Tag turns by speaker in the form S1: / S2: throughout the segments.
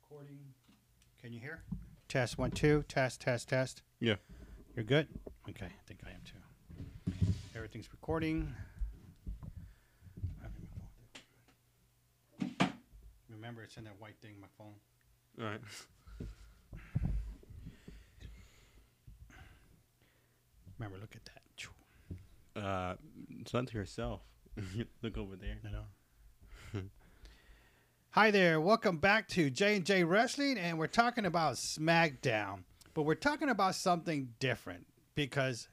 S1: recording.
S2: Can you hear? Test one, two, test, test, test.
S3: Yeah.
S2: You're good? Okay, I think I am too. Everything's recording. Remember, it's in that white thing, my phone.
S3: All right.
S2: Remember, look at that. Choo,
S3: Uh, it's not to yourself. Look over there.
S2: You know? Hi there, welcome back to J and J Wrestling, and we're talking about SmackDown, but we're talking about something different because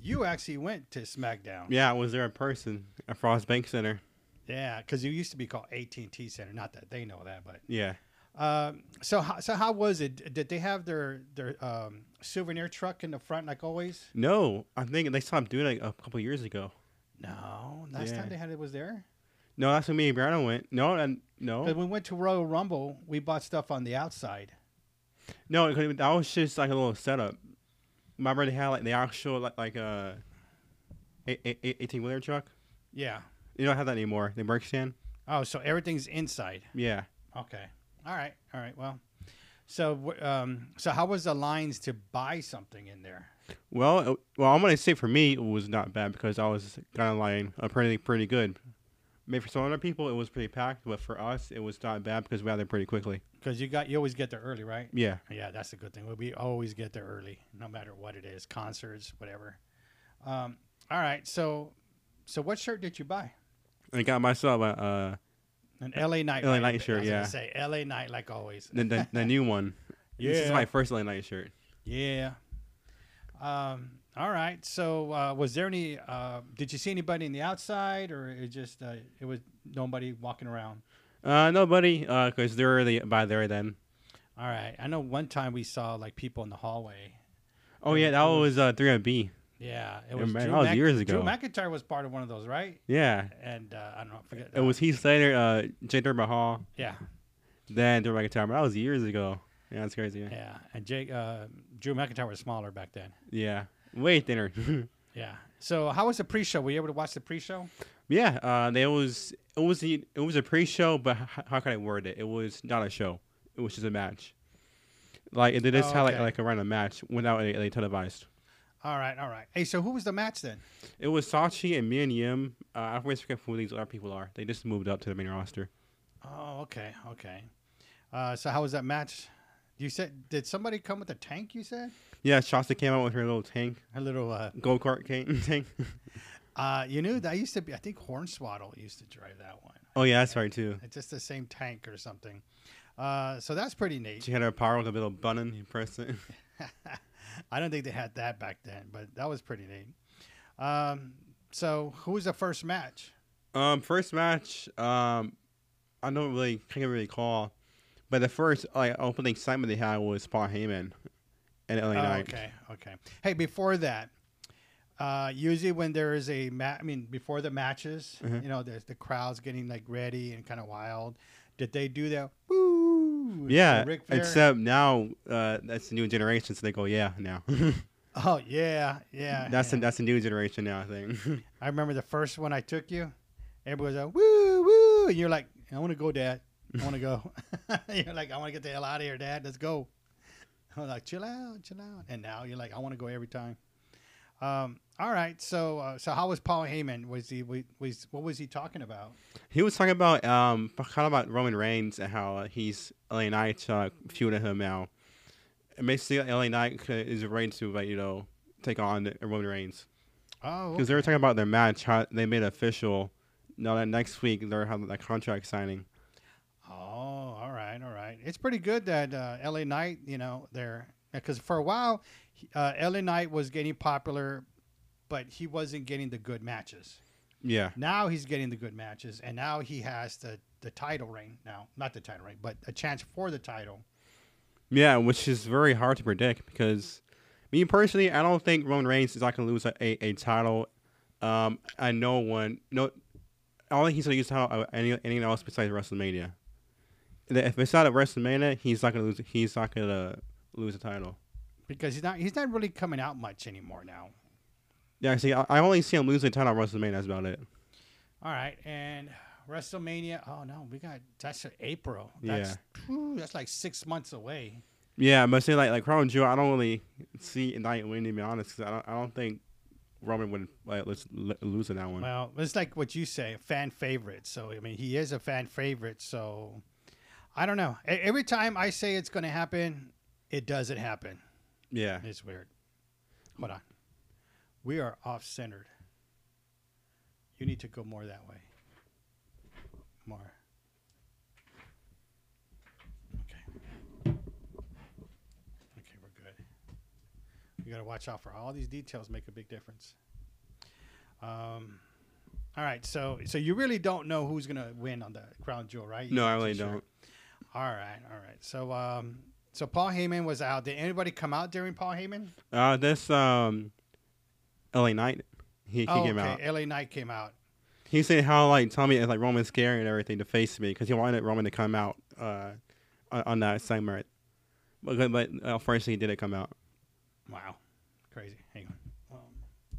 S2: you actually went to SmackDown.
S3: Yeah, I was there in person at Frost Bank Center.
S2: Yeah, because you used to be called AT and T Center. Not that they know that, but
S3: Yeah.
S2: um, so how, so how was it? Did they have their their um, souvenir truck in the front like always?
S3: No, I think they stopped doing it a couple years ago.
S2: No, last
S3: Yeah.
S2: time they had it was there.
S3: No, that's when me and Brianna went. No, and
S2: 'Cause
S3: no,
S2: we went to Royal Rumble, we bought stuff on the outside.
S3: no. it couldn't- That was just like a little setup. My brother had like the actual like like uh, a a- a- eighteen wheeler truck.
S2: Yeah.
S3: You don't have that anymore. The merch stand.
S2: Oh, so everything's inside.
S3: Yeah.
S2: Okay. All right. All right. Well, so wh- um, so how was the lines to buy something in there?
S3: Well, it- well, I'm gonna say for me it was not bad because I was kind of lying uh, pretty pretty good. Maybe for some other people it was pretty packed, but for us it was not bad because we got there pretty quickly.
S2: Because you got you always get there early, right?
S3: Yeah,
S2: Yeah, that's a good thing. We always get there early, no matter what it is, concerts, whatever. Um, all right, so so what shirt did you buy?
S3: I got myself a uh,
S2: An LA Night.
S3: LA
S2: right?
S3: Knight shirt,
S2: I was
S3: yeah.
S2: Gonna say LA Night like always.
S3: the, the, the new one. This is
S2: Yeah.
S3: my first late night shirt.
S2: Yeah. Um, all right. So uh, was there any? Uh, did you see anybody in the outside, or it just uh, it was nobody walking around?
S3: Uh, nobody, uh, cause they're already by there then.
S2: All right. I know one time we saw like people in the hallway.
S3: Oh yeah, that was uh 300B.
S2: Yeah, it
S3: Yeah,
S2: was.
S3: man,
S2: Drew
S3: that was years
S2: Drew
S3: ago.
S2: McIntyre was part of one of those, right?
S3: Yeah,
S2: And uh, I don't know. I forget.
S3: it was Heath Slater, uh, Jay Hall,
S2: Yeah.
S3: then Drew McIntyre. That was years ago. Yeah, that's crazy. Yeah,
S2: Yeah, and Jake uh, Drew McIntyre was smaller back then.
S3: yeah. way thinner.
S2: Yeah. So how was the pre-show? Were you able to watch the pre-show?
S3: Yeah, uh, there was it was the, it was a pre-show, but how, how can I word it? It was not a show. It was just a match. Like they just
S2: Oh,
S3: had like
S2: okay.
S3: like around a match without any, any televised.
S2: All right, all right. Hey, so who was the match then?
S3: It was Sachi and me and Yim. Uh, I always forget who these other people are. They just moved up to the main roster.
S2: Oh, okay, okay. Uh, so how was that match? You said did somebody come with a tank? You said
S3: Yeah, Shasta came out with her little tank,
S2: a little. Uh,
S3: go kart tank.
S2: uh, you knew that used to be. I think Hornswaddle used to drive that one.
S3: oh yeah, that's right too.
S2: It's just the same tank or something. Uh, so that's pretty neat.
S3: She had her power with a little button. You press it.
S2: I don't think they had that back then, but that was pretty neat. Um, so who was the first match?
S3: Um, first match. Um, I don't really can't really call, but the first like opening segment they had was Paul Heyman, and LA
S2: Oh,
S3: Knight.
S2: okay, okay. Hey, before that, uh, usually when there is a match, I mean, before the matches,
S3: Mhm.
S2: you know, there's the crowd's getting like ready and kind of wild. Did they do that? Woo!
S3: Yeah,
S2: Rick Flair?
S3: except now uh, that's the new generation, so they go yeah now.
S2: Oh yeah, yeah.
S3: that's the,
S2: yeah.
S3: that's the new generation now thing.
S2: I remember the first one I took you. Everybody was like, woo, woo, and you're like, I want to go, Dad. I want to go. you're like, I want to get the hell out of here, Dad. Let's go. I was like, chill out, chill out. And now you're like, I want to go every time. Um, all right. So, uh, so how was Paul Heyman? Was he was, was what was he talking about?
S3: he was talking about um kind of about Roman Reigns and how uh, he's LA Knight uh, feuding him now. And basically, LA Knight uh, is ready to like you know take on Roman Reigns.
S2: Oh,
S3: Because they were talking about their match, how they made it official. Now that next week they're having that contract signing.
S2: oh, all right, all right. It's pretty good that uh, LA Knight, you know, there because for a while, he- uh, LA Knight was getting popular, but he wasn't getting the good matches.
S3: Yeah,
S2: Now he's getting the good matches, and now he has the the title reign. Now, not the title reign, but a chance for the title.
S3: yeah, which is very hard to predict because me personally, I don't think Roman Reigns is not gonna lose a, a, a title. Um, I know one. No, I don't think he's gonna use the title at any anything else besides WrestleMania. If it's not at WrestleMania, he's not gonna lose. He's not gonna lose a title.
S2: Because he's not he's not really coming out much anymore now.
S3: Yeah, see, I, I only see him losing a title at WrestleMania. That's about it.
S2: All right, and WrestleMania. Oh no, we got that's in April.
S3: Yeah.
S2: That's, phew, that's like six months away.
S3: Yeah, but see, like like Crown Jewel, I don't really see Knight winning. To be honest, 'cause I don't I don't think Roman would like let's l- lose in that one.
S2: Well, it's like what you say, fan favorite. So I mean, he is a fan favorite. So I don't know. E- Every time I say it's going to happen, it doesn't happen.
S3: yeah,
S2: It's weird. Hold on. We are off centered. You need to go more that way. More. Okay. Okay, we're good. You got to watch out for all these details make a big difference. Um all right, so so you really don't know who's gonna win on the crown jewel, right?
S3: no, I
S2: You're not
S3: really
S2: too sure.
S3: don't.
S2: All right, all right. So, um, so Paul Heyman was out. Did anybody come out during Paul Heyman?
S3: Uh, that's um, La Knight. He, he
S2: Oh,
S3: came out.
S2: LA Knight came out.
S3: He said how like Tommy is like Roman scary and everything to face me because he wanted Roman to come out uh on, on that segment, but but uh, unfortunately he didn't come out.
S2: Wow, crazy. Hang on. Um,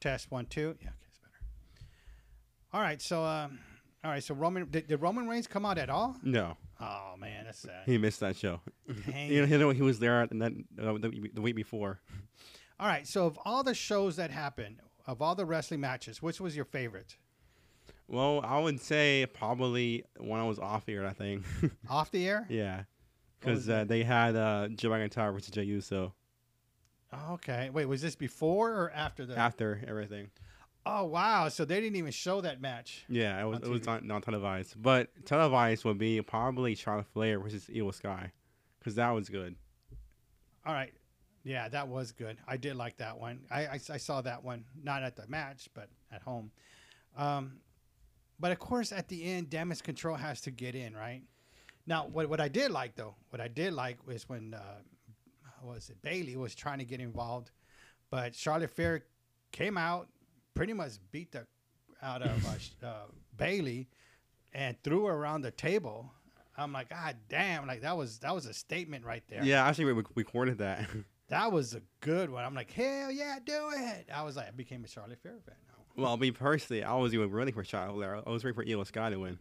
S2: test one two. Yeah, okay, it's better. All right, so um, all right, so Roman did, did Roman Reigns come out at all?
S3: No,
S2: Oh man, that's sad.
S3: he missed that show.
S2: Dang
S3: You know, he, know he was there and then uh, the, the week before.
S2: All right, so of all the shows that happened, of all the wrestling matches, which was your favorite?
S3: Well, I would say probably when I was off here, I think.
S2: Off the air?
S3: yeah.
S2: What was
S3: Because uh, they had uh, Joe McIntyre versus Jey Uso
S2: Oh, okay. Wait, was this before or after the?
S3: after everything.
S2: Oh wow! So they didn't even show that match.
S3: Yeah, it was
S2: On
S3: it was
S2: TV.
S3: not, not televised, but televised would be probably Charlotte Flair versus Io Sky, because that was good.
S2: All right, yeah, that was good. I did like that one. I, I, I saw that one not at the match, but at home. Um, but of course, at the end, damage control has to get in, right? Now, what what I did like though, what I did like was when uh, what was it Bailey was trying to get involved, but Charlotte Flair came out, pretty much beat the out of uh, sh- uh, Bailey, and threw her around the table. I'm like, God damn! Like that was that was a statement right there.
S3: Yeah, actually we we recorded that.
S2: That was a good one. I'm like, hell yeah, do it. I was like, I became a Charlotte Fair fan. now.
S3: well, me personally, I was even rooting for Charlotte Flair. I was rooting for Io Sky to win,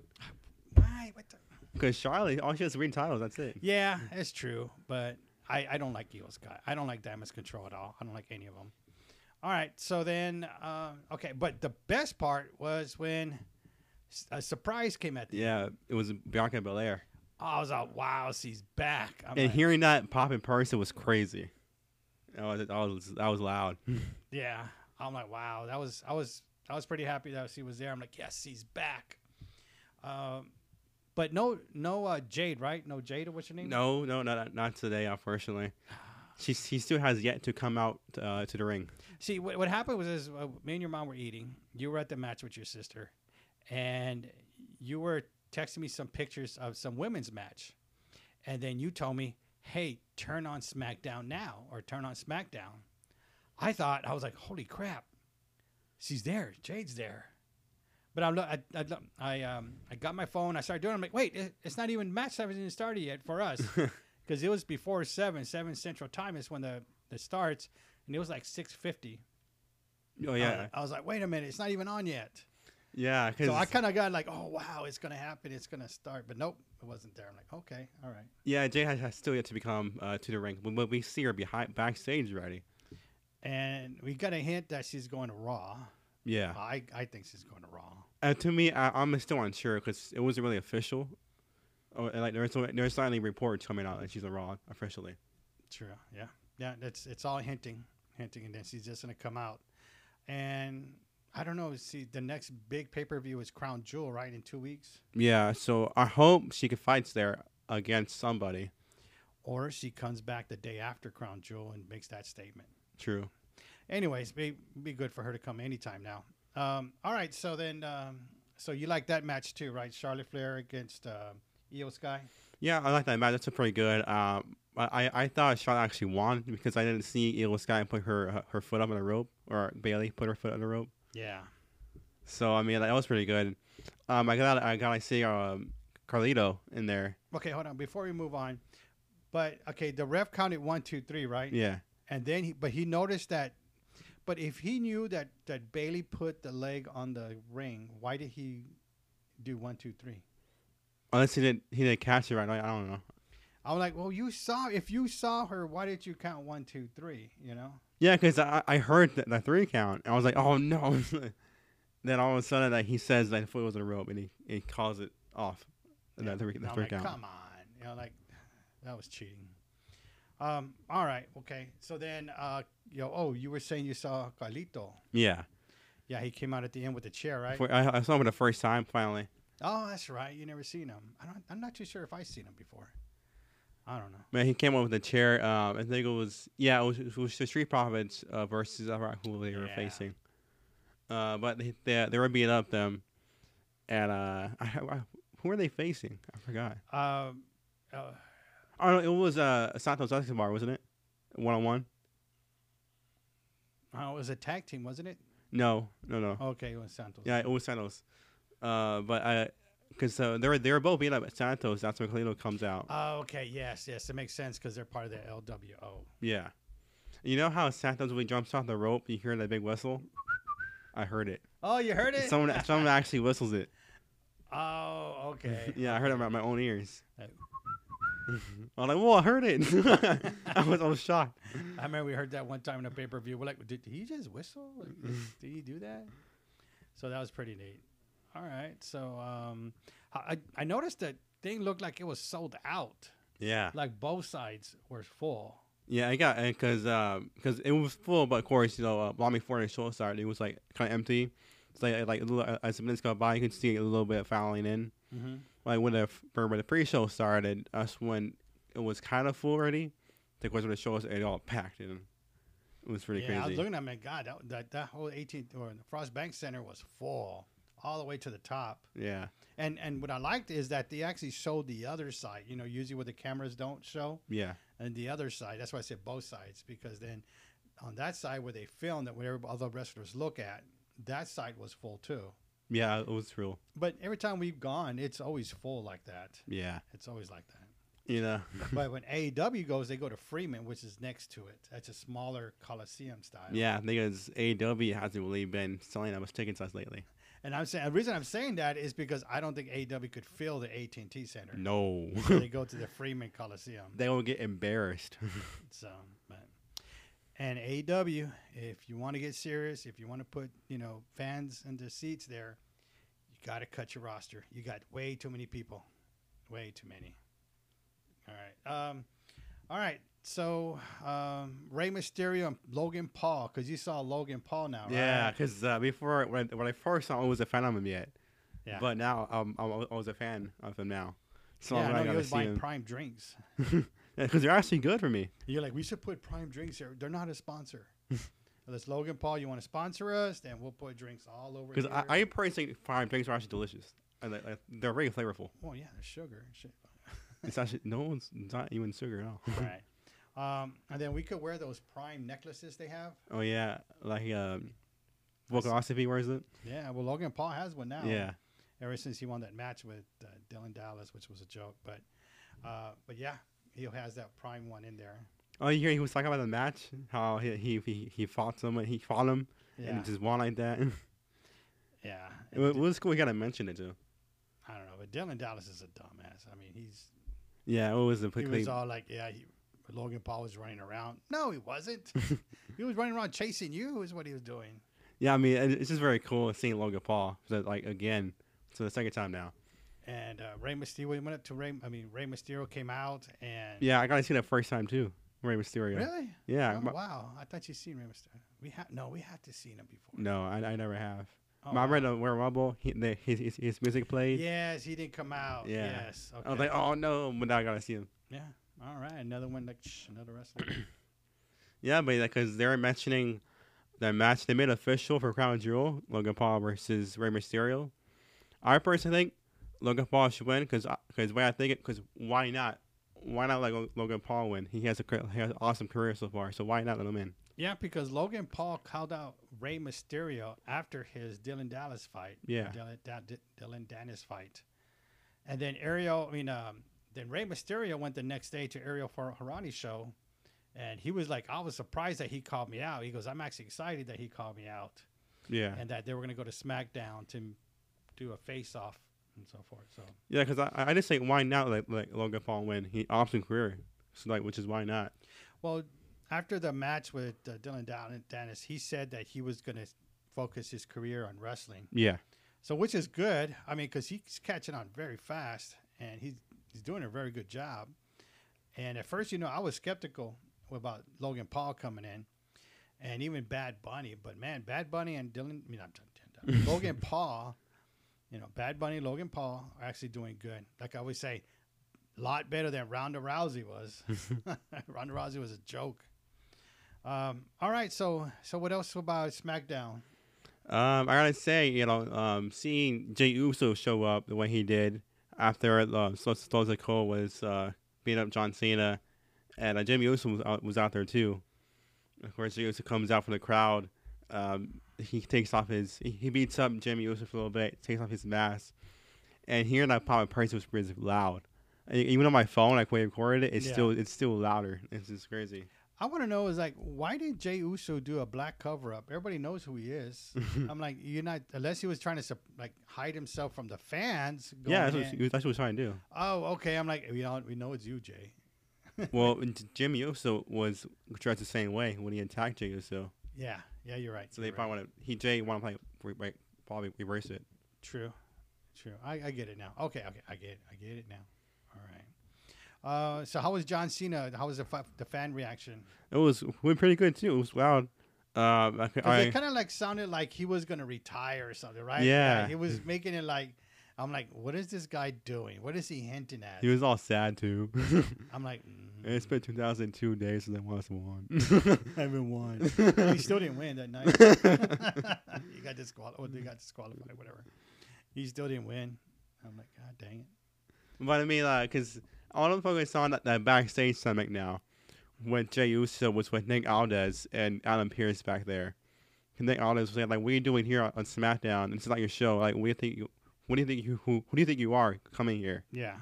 S2: Why? What the?
S3: because Charlotte all she has is win titles. That's it.
S2: Yeah, it's true, but I, I don't like Eel Sky. I don't like Damage Control at all. I don't like any of them. All right, so then, uh, okay, but the best part was when s- a surprise came at the
S3: Yeah, it was Bianca Belair,
S2: I was like, wow, she's back. I'm
S3: and
S2: like,
S3: hearing that pop in person was crazy. That was that was, that was loud.
S2: Yeah, I'm like, wow, that was I was I was pretty happy that she was there. I'm like, yes, he's back. Um, but no, no uh, Jade, right? No Jade. What's her name?
S3: no, no, not not today, unfortunately. She she still has yet to come out uh, to the ring.
S2: See, what, what happened was is, uh, me and your mom were eating. You were at the match with your sister, and you were texting me some pictures of some women's match, and then you told me, "Hey, turn on SmackDown now," or "Turn on SmackDown." I thought I was like, "Holy crap, she's there, Jade's there," but I'm lo- I I, lo- I um I got my phone. I started doing. it. I'm like, "Wait, it, it's not even match hasn't even started yet for us." because it was before seven. Seven Central Time is when the it starts, and it was like six fifty.
S3: Oh
S2: I was,
S3: yeah,
S2: like, I was like, wait a minute, it's not even on yet.
S3: yeah. Cause
S2: So I kind of got like, oh wow, it's gonna happen, it's gonna start, but nope, it wasn't there. I'm like, okay, all right.
S3: Yeah, Jay has, has still yet to become uh, to the ring, but, but we see her behind backstage already.
S2: And we got a hint that she's going to Raw.
S3: Yeah,
S2: I, I think she's going to Raw.
S3: uh, to me, I, I'm still unsure because it wasn't really official. Oh, and, like there's there's not any reports coming out that she's on Raw officially.
S2: True. Yeah. Yeah. That's it's all hinting, hinting, and then she's just gonna come out. And I don't know. See, the next big pay per view is Crown Jewel, right? In two weeks,
S3: Yeah, so I hope she can fight there against somebody.
S2: or she comes back the day after Crown Jewel and makes that statement.
S3: True.
S2: anyways, be be good for her to come anytime now. Um, all right, so then, um, so you like that match too, right? Charlotte Flair against uh, Io Sky.
S3: Yeah, I like that match. That's a pretty good. Um, I I- I thought Charlotte actually won because I didn't see Io Sky put her uh, her foot up on the rope or Bailey put her foot on the rope.
S2: Yeah,
S3: So I mean that was pretty good. Um, I got I got to see um Carlito in there.
S2: Okay, hold on. Before we move on, but okay, the ref counted one, two, three, right?
S3: Yeah.
S2: And then, he, but he noticed that But if he knew that that Bailey put the leg on the ring, why did he do one, two, three?
S3: Unless he didn't, he didn't catch it right. I don't know.
S2: I was like, well, you saw if you saw her, why did you count one, two, three? You know.
S3: Yeah, because I, I heard the, the three count. And I was like, oh no. then all of a sudden, like he says that the foot was in a rope, and he, he calls it off.
S2: Yeah.
S3: That three,
S2: And
S3: that
S2: I'm
S3: three
S2: like,
S3: count.
S2: come on, you know, like that was cheating. Um, all right, okay. So then, uh, yo, oh, you were saying you saw Carlito.
S3: Yeah,
S2: Yeah, he came out at the end with the chair, right?
S3: For- I, I saw him for the first time finally.
S2: oh, that's right. You never seen him. I don't. I'm not too sure if I've seen him before. I don't know.
S3: Man, he came up with a chair. Um, I think it was yeah, it was, it was the Street Profits uh, versus I forgot who they were
S2: Yeah.
S3: facing. Uh, but they, they they were beating up them, and uh, I, I, who were they facing? I forgot.
S2: Um, uh,
S3: Oh, no, it was uh Santos Escobar, wasn't it? One on one?
S2: oh, it was a tag team, wasn't it?
S3: No, no, no.
S2: Okay, it was Santos.
S3: Yeah, it was Santos. Uh, but I, cause uh, they were they were both beating up at Santos. That's when Kalino comes out.
S2: Oh, okay. Yes, yes, it makes sense because they're part of the LWO.
S3: Yeah. You know how Santos when he jumps off the rope, you hear that big whistle? I heard it.
S2: Oh, you heard it?
S3: Someone someone actually whistles it.
S2: oh, okay. Oh.
S3: Yeah, I heard it about my own ears.
S2: Like-
S3: I'm like, whoa, I heard it. I was I was shocked.
S2: I remember we heard that one time in a pay per view. We're like, did he just whistle? Like, did he do that? So that was pretty neat. All right. So um, I I noticed that thing looked like it was sold out.
S3: Yeah.
S2: Like both sides were full.
S3: Yeah, I got uh, because because it was full, but of course you know uh, long before the show started, it was like kind of empty. It's like like a little uh, as the minutes go by, you can see a little bit fouling in.
S2: Mm-hmm.
S3: Like when the f- when the pre-show started, us when it was kind of full already. The course when the show was it all packed and it was pretty
S2: yeah, I was
S3: crazy.
S2: looking at it, God, that, that that whole 18th or the Frost Bank Center was full all the way to the top.
S3: yeah,
S2: And and what I liked is that they actually showed the other side. You know, usually what the cameras don't show,
S3: yeah,
S2: and the other side. That's why I said both sides because then on that side where they filmed that where all the wrestlers look at, that side was full too.
S3: yeah. It was real.
S2: But every time we've gone, it's always full like that.
S3: Yeah,
S2: It's always like that.
S3: you know.
S2: but when AEW goes, they go to Freeman, which is next to it. That's a smaller Coliseum style.
S3: Yeah, I think it's AW hasn't really been selling that much tickets us lately.
S2: And I'm saying the reason I'm saying that is because I don't think AEW could fill the AT&T Center.
S3: No,
S2: So they go to the Freeman Coliseum.
S3: they will get embarrassed.
S2: So, but and AEW, if you want to get serious, if you want to put you know fans in their seats there, you got to cut your roster. You got way too many people, way too many. All right, um, all right. So um, Rey Mysterio and Logan Paul, because you saw Logan Paul now, right?
S3: Yeah, because uh, before when I, when I first saw him, I was a fan of him yet.
S2: Yeah.
S3: But now um, I'm, I was a fan of him now. So
S2: yeah,
S3: I'm
S2: I
S3: not
S2: know he
S3: gonna
S2: was
S3: see
S2: buying
S3: him
S2: Prime drinks.
S3: because they're actually good for me.
S2: You're like, we should put Prime drinks here. They're not a sponsor. Unless Logan Paul, you want to sponsor us, then we'll put drinks all over.
S3: Because
S2: here.
S3: I, I personally think farm drinks are actually delicious. And they- like, they're very flavorful.
S2: Well, Oh, yeah, there's sugar and shit.
S3: It's actually no one's it's not even sugar at all.
S2: All right. Um, and then we could wear those prime necklaces they have.
S3: oh yeah, like um, philosophy. Where is it?
S2: Yeah, well, Logan Paul has one now.
S3: Yeah,
S2: Ever since he won that match with uh, Dylan Dallas, which was a joke, but uh, but yeah, he has that prime one in there.
S3: Oh, you hear he was talking about the match, how he he he, he fought someone, he fought him,
S2: Yeah,
S3: and he just won like that. it,
S2: yeah.
S3: wa- it was cool. We gotta mention it too.
S2: I don't know, but Dylan Dallas is a dumbass. I mean, he's
S3: Yeah, it was a
S2: he
S3: quickly.
S2: was all like, yeah, he, Logan Paul was running around. No, he wasn't. he was running around chasing you, is what he was doing.
S3: Yeah, I mean, it- it's just very cool seeing Logan Paul so, like again. So the second time now.
S2: And uh, Rey Mysterio we went up to Rey. I mean, Rey Mysterio came out and
S3: Yeah, I got to see that first time too. Rey Mysterio.
S2: really.
S3: Yeah.
S2: Oh,
S3: my-
S2: wow, I thought you seen Rey Mysterio. We have no, we have to seen him before.
S3: No, I, I never have.
S2: Oh,
S3: my
S2: wow.
S3: brother where Rumble, he, the, his, his his music played.
S2: Yes, he didn't come out.
S3: Yeah.
S2: Yes.
S3: I was
S2: Okay.
S3: like, oh no, but now I gotta see him.
S2: yeah. All right. Another one. Like shh, another wrestler.
S3: Yeah, but because they're mentioning that match they made official for Crown Jewel, Logan Paul versus Rey Mysterio. I personally think Logan Paul should win because because way I think it because why not? Why not let Lo- Logan Paul win? He has a cr- he has an awesome career so far, so why not let him in?
S2: yeah, because Logan Paul called out Rey Mysterio after his Dylan Dallas fight.
S3: Yeah.
S2: Dylan, Da- D- Dylan Dennis fight, and then Ariel. I mean, um, then Rey Mysterio went the next day to Ariel Har- Harani's show, And he was like, I was surprised that he called me out. He goes, I'm actually excited that he called me out
S3: Yeah.
S2: and that they were going to go to SmackDown to do a face off and so forth. So,
S3: Yeah, because I, I just say why not like like Logan Paul win he option career, so like which is why not.
S2: well, after the match with uh, Dylan Down and Dennis, he said that he was going to focus his career on wrestling.
S3: Yeah,
S2: So, which is good. I mean, because he's catching on very fast and he's, he's doing a very good job. And at first, you know, I was skeptical about Logan Paul coming in and even Bad Bunny. But man, Bad Bunny and Dylan, I mean, I'm talking Logan Paul, you know, Bad Bunny, Logan Paul are actually doing good. Like I always say, a lot better than Ronda Rousey was. Ronda Rousey was a joke. Um, all right, so so what else about SmackDown?
S3: um, I gotta say you know um, seeing Jey Uso show up the way he did after uh, Sol- Soldier Cole was uh, beating up John Cena, and uh, Jimmy Uso was out, was out there too. Of course, Jey Uso comes out from the crowd. Um, he takes off his he- he beats up Jimmy Uso for a little bit, takes off his mask, and hearing that pop in person was pretty loud. And Even on my phone, like when I recorded it, it's
S2: Yeah.
S3: still it's still louder. It's just crazy.
S2: I want to know is like why did Jay Uso do a black cover up? Everybody knows who he is. I'm like you're not unless he was trying to sup- like hide himself from the fans. Going
S3: yeah, that's what,
S2: in.
S3: he was, that's what he was trying to do.
S2: Oh, okay. I'm like we know we know it's you, Jay.
S3: well, and Jimmy Uso was dressed the same way when he attacked Jey Uso,
S2: Yeah, yeah, you're right.
S3: so they
S2: you're right.
S3: probably want to he Jay want to play re- re- probably reverse it.
S2: True, true. I, I get it now. Okay, okay, I get it. I get it now. All right. Uh, so how was John Cena? How was the fa- the fan reaction?
S3: It was went pretty good too. It was loud. Um, I,
S2: Because
S3: I,
S2: it kind of like sounded like he was gonna retire or something, right?
S3: Yeah.
S2: He was making it like, I'm like, what is this guy doing? What is he hinting at?
S3: he was all sad too.
S2: I'm like, mm,
S3: it's been 2002 days since I lost one.
S2: I haven't won. he still didn't win that night. he got disqualified. They got disqualified. Whatever. He still didn't win. I'm like, God dang it.
S3: But I mean, like, cause all the focus on that, that backstage segment now, when Jey Uso was with Nick Aldez and Adam Pierce back there, and Nick Aldez was like, "Like, what are you doing here on, on SmackDown? This is not your show. Like, what do you think? You, what do you think you who, who do you think you are coming here?"
S2: Yeah.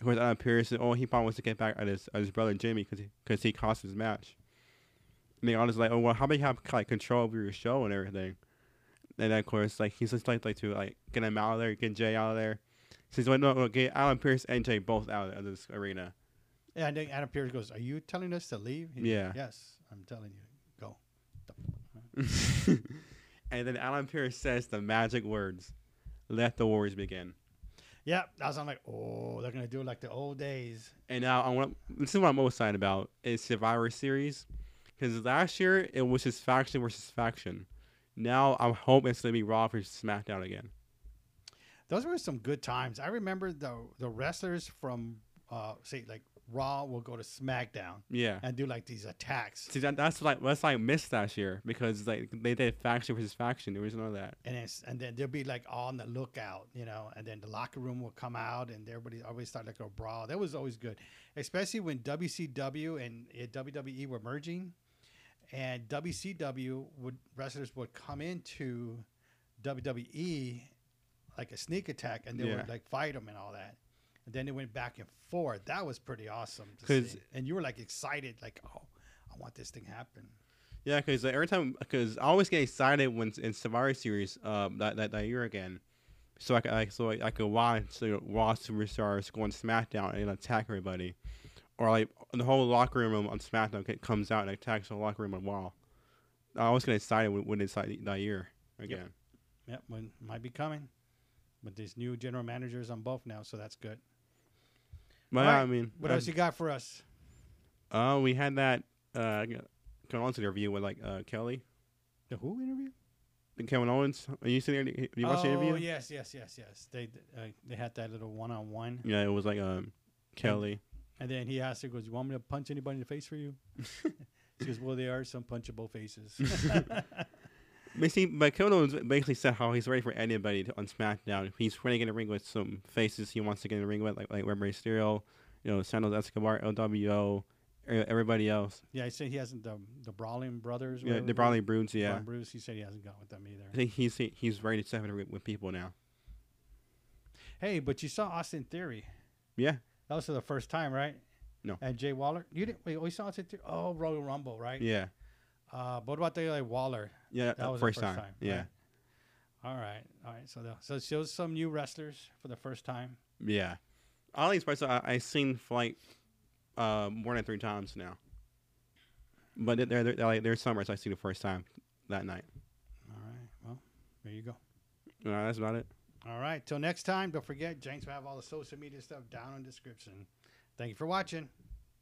S3: Of course, Adam Pierce said, "Oh, he probably wants to get back at his at his brother Jimmy because he, cause he cost his match." And Nick Aldez was like, "Oh, well, how about you have like control over your show and everything?" And then, of course, like he's just like like to like get him out of there, get Jay out of there. So he's like, no, no, get Alan Pierce and Jay both out of this arena.
S2: Yeah, and then Adam Pierce goes, "Are you telling us to leave?" He-
S3: Yeah.
S2: Yes, I'm telling you, go.
S3: And then Alan Pierce says the magic words, "Let the wars begin."
S2: Yeah, that's I'm like, oh, they're gonna do it like the old days.
S3: And now I want this is what I'm most excited about is Survivor Series, because last year it was just faction versus faction. Now I'm hoping it's gonna be Raw versus SmackDown again.
S2: Those were some good times. I remember the the wrestlers from, uh, say like Raw will go to SmackDown
S3: Yeah.
S2: and do like these attacks,
S3: See that, that's like that's like I missed last year because like they did faction versus faction. There was none of that.
S2: and it's, and then they'll be like on the lookout, you know, and then the locker room will come out and everybody always start like a brawl. That was always good, especially when WCW and uh, WWE were merging, and WCW would wrestlers would come into WWE like a sneak attack and they
S3: Yeah.
S2: would like fight them and all that. And then they went back and forth. That was pretty awesome. to
S3: 'Cause-
S2: see. And you were like excited, like, oh, I want this thing to happen.
S3: Yeah, because every time, because I always get excited when it's in Survivor Series um, that, that that year again, so I could like so I, I could watch the Raw superstars go on SmackDown and attack everybody, or like the whole locker room on SmackDown c- comes out and attacks the locker room on Raw. I always get excited when, when it's like that year again.
S2: Yep, when might be coming. But these new general managers on both now, so that's good.
S3: But
S2: All
S3: yeah,
S2: right,
S3: I mean,
S2: What
S3: uh,
S2: else you got for us?
S3: uh, we had that uh, Kevin Owens interview with like uh, Kelly,
S2: The Who interview?
S3: Kevin Owens. Are you sitting there? You watch
S2: oh,
S3: the interview?
S2: yes, yes, yes, yes. They uh, they had that little one on one,
S3: Yeah, it was like um, Kelly.
S2: and then he asked her, "Goes, you want me to punch anybody in the face for you?" she goes, "Well, there are some punchable faces."
S3: But see, but Kevin Owens basically said how he's ready for anybody to, on SmackDown. He's ready to get in the ring with some faces he wants to get in the ring with, like like Rey Mysterio, you know, Santos Escobar, LWO, e- everybody else.
S2: yeah, he said he hasn't the the Brawling Brothers.
S3: Yeah,
S2: whatever
S3: the
S2: it was.
S3: Brawley Broods, yeah.
S2: Brawling Bruce. He said he hasn't got with them either.
S3: I think he's he- he's ready to step in the ring with people now.
S2: Hey, but you saw Austin Theory.
S3: Yeah.
S2: That was for the first time, right?
S3: No.
S2: And Jay Waller. You didn't. Wait, we saw it through. Oh, Royal Rumble, right?
S3: Yeah,
S2: Uh, but what about the like, Waller?
S3: yeah,
S2: That
S3: uh,
S2: was the
S3: first,
S2: first
S3: time.
S2: time,
S3: Yeah,
S2: right. All right, all right. So, the, so it shows some new wrestlers for the first time.
S3: yeah. Oddly Spice, I I seen flight uh, more than three times now. But there, there, there, like, there's summers I see the first time that night.
S2: All right. Well, there you go.
S3: Uh, that's about it.
S2: All right. Till next time, don't forget James will have all the social media stuff down in the description. Thank you for watching.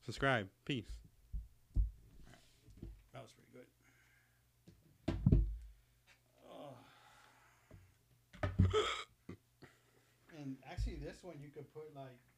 S3: Subscribe. Peace.
S2: That was pretty good. And actually, this one you could put like